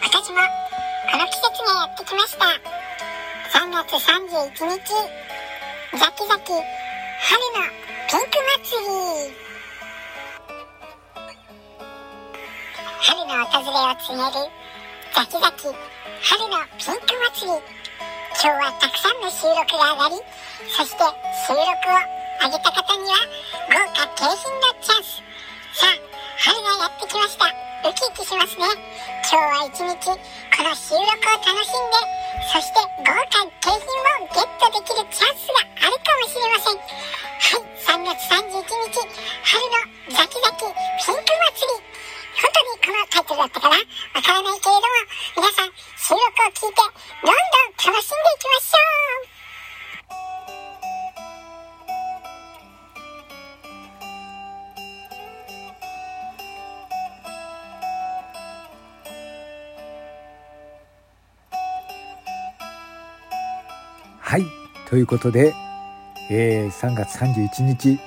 ラジも、この季節がやってきました。3月31日、ザキザキ、春のピンク祭り。春の訪れを告げる、ザキザキ、春のピンク祭り。今日はたくさんの収録が上がり、そして収録を上げた方には、豪華景品のチャンス。さあ、春がやってきました。ウキウキしますね。今日は一日、この収録を楽しんで、そして豪華景品をゲットできるチャンスがあるかもしれません。はい、3月31日、春のザキザキピンク祭り。本当にこのタイトルだったかなわからないけれども、皆さん収録を聞いて、どんどん楽しんでいきましょうはいということで、えー3月31日、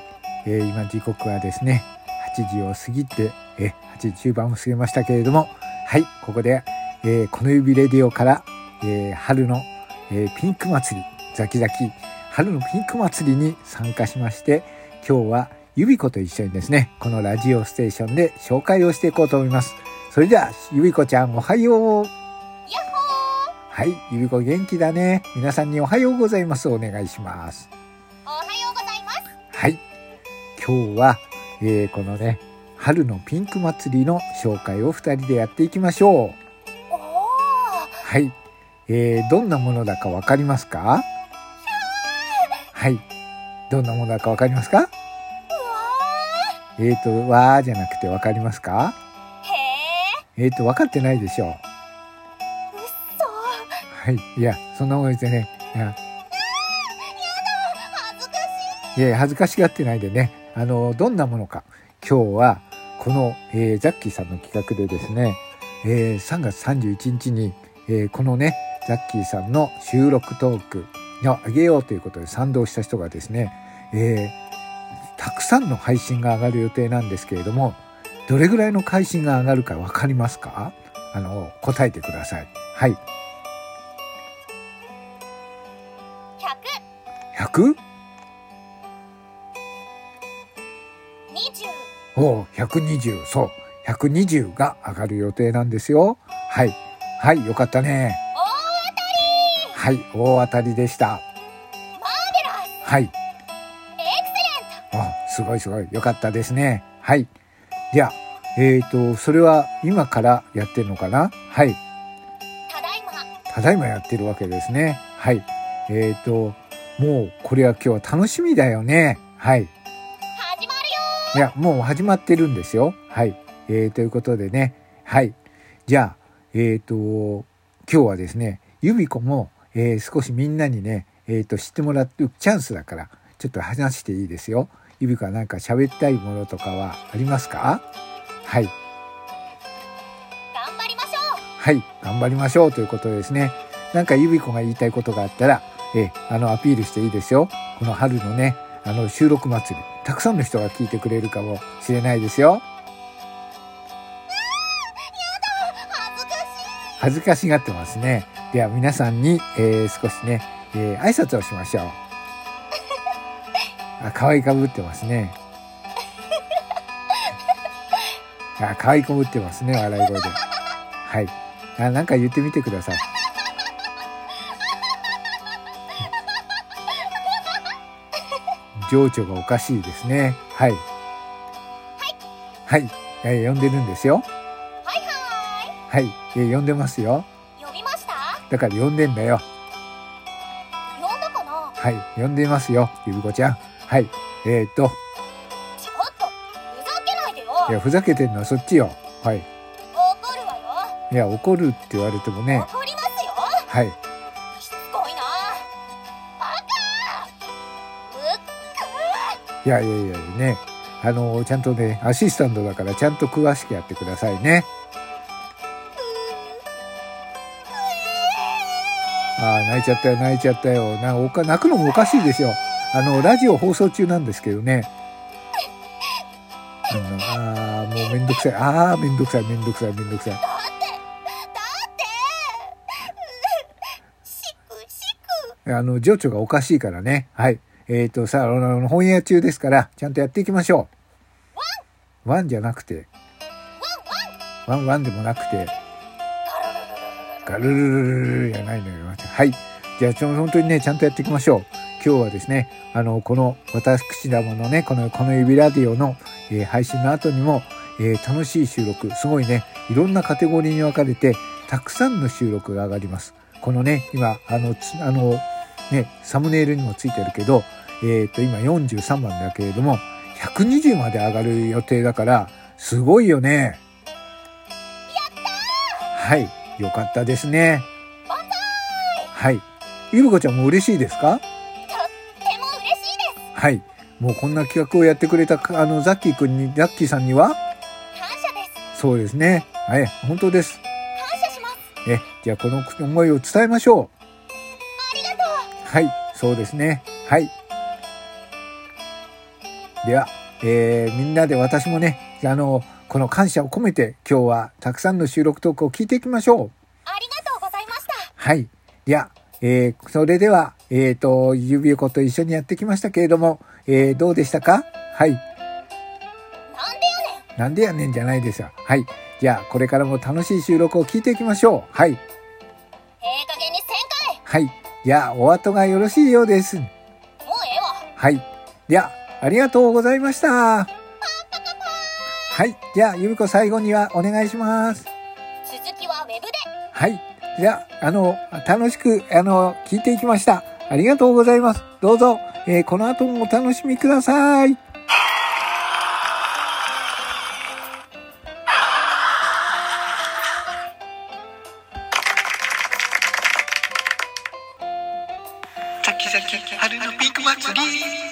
えー今時刻はですね8時を過ぎて、えー8時中盤を過ぎましたけれどもはいここで、えーこの指レディオから、えー春の、えーピンク祭りザキザキ春のピンク祭りに参加しまして今日はゆびこと一緒にですねこのラジオステーションで紹介をしていこうと思いますそれではゆびこちゃんおはようやっほーはい、ゆびこ元気だね。皆さんにおはようございます。お願いします。おはようございますはい、今日は、えーこのね、春のピンク祭りの紹介を二人でやっていきましょう。おおはい、えーどんなものだかわかりますかはい、どんなものだかわかりますかえーと、わーじゃなくてわかりますかへええーと、わかってないでしょう。うっそーはい、いや、そんなもんですよね。いや恥ずかしいや恥ずかしがってないでねあのどんなものか今日はこの、えーザッキーさんの企画でですね、えー3月31日に、えーこのねザッキーさんの収録トークを上げようということで賛同した人がですね、えーたくさんの配信が上がる予定なんですけれどもどれぐらいの配信が上がるか分かりますかあの答えてください。はいい 100? 120おう120そう120が上がる予定なんですよはいはいよかったね大当たはい大当たりでしたりマーベラスはいエクセレントあすごいすごいよかったですねはいではえー、とそれは今からやってるのかなはいただいまただいまやってるわけですねはいえー、ともうこれは今日は楽しみだよねはい始まるよいや、もう始まってるんですよ。はい。えー、ということでね。はい。じゃあ、えっ、と、今日はですね、ゆびこも、えー少しみんなにね、えっ、と、知ってもらうチャンスだから、ちょっと話していいですよ。ゆびこはなんか喋りたいものとかはありますかはい。頑張りましょうはい。頑張りましょうということですね。なんかゆびこが言いたいことがあったら、えーあの、アピールしていいですよ。この春のね、あの、収録祭り、たくさんの人が聞いてくれるかもしれないですよ。恥ずかしい恥ずかしがってますね。では皆さんに、えー少しね、えー挨拶をしましょう。あ、可愛いかぶってますね。あ、可愛いかぶってますね、笑い声で。はい。あ、なんか言ってみてください。情緒がおかしいですね。はい。はい。はい、えー呼んでるんですよ。はいははい、えー呼んでますよ。ーい呼びましただから呼んでんだよ。呼んだかなはい、呼んでいますよ、ゆびこちゃん。はい、えー、っと、ちょっとふざけないでよいや、ふざけてんのはそっちよ。はい。怒るわよいや、怒るって言われてもね、怒りますよはい。しつこいなバカうっいやいやいやね、あのちゃんとね、アシスタントだからちゃんと詳しくやってくださいね。ああ、泣いちゃったよ、泣いちゃったよ。なおか泣くのもおかしいですよ。あの、ラジオ放送中なんですけどね。あのあー、もうめんどくさい。ああ、めんどくさい、めんどくさい、めんどくさい。だってだってあの、情緒がおかしいからね。はい。えっ、と、さあ、あの、本屋中ですから、ちゃんとやっていきましょう。ワンじゃなくて、ワンワンでもなくて、ガルルルルルルじゃないのよ。はい。じゃあ、ちょ本当にね、ちゃんとやっていきましょう。今日はですね、あの、この私どものね、この、この指ラディオの、えー配信の後にも、えー楽しい収録、すごいね、いろんなカテゴリーに分かれて、たくさんの収録が上がります。このね、今、あの、つあの、ね、サムネイルにもついてるけど、えっ、と、今43番だけれども、120まで上がる予定だから、すごいよね。はい、よかったですね。万歳はい。ゆるこちゃんも嬉しいですかとっても嬉しいではい。もうこんな企画をやってくれた、あの、ザッキーくんに、ザッキーさんには、す感謝ですそうですね。はい、本当です。感謝しますえ、じゃあこの思いを伝えましょう。ありがとうはい、そうですね。はい。では、えーみんなで私もね、あの、この感謝を込めて、今日はたくさんの収録トークを聞いていきましょう。ありがとうございましたはい。では、えーそれでは、えっ、と、ゆびおこと一緒にやってきましたけれども、えーどうでしたかはい。なんでやねんなんでやねんじゃないですよ。はい。じゃあ、これからも楽しい収録を聞いていきましょう。はい。ええ加減にせんかはい。じゃあ、お後がよろしいようです。いもうええわはい。では、ありがとうございました。はい。じゃあ、ゆびこ最後にはお願いします。続きはウェブではい。じゃあ、あの、楽しく、あの、聞いていきました。ありがとうございます。どうぞ、えーこの後もお楽しみください。竹崎春のピーク祭り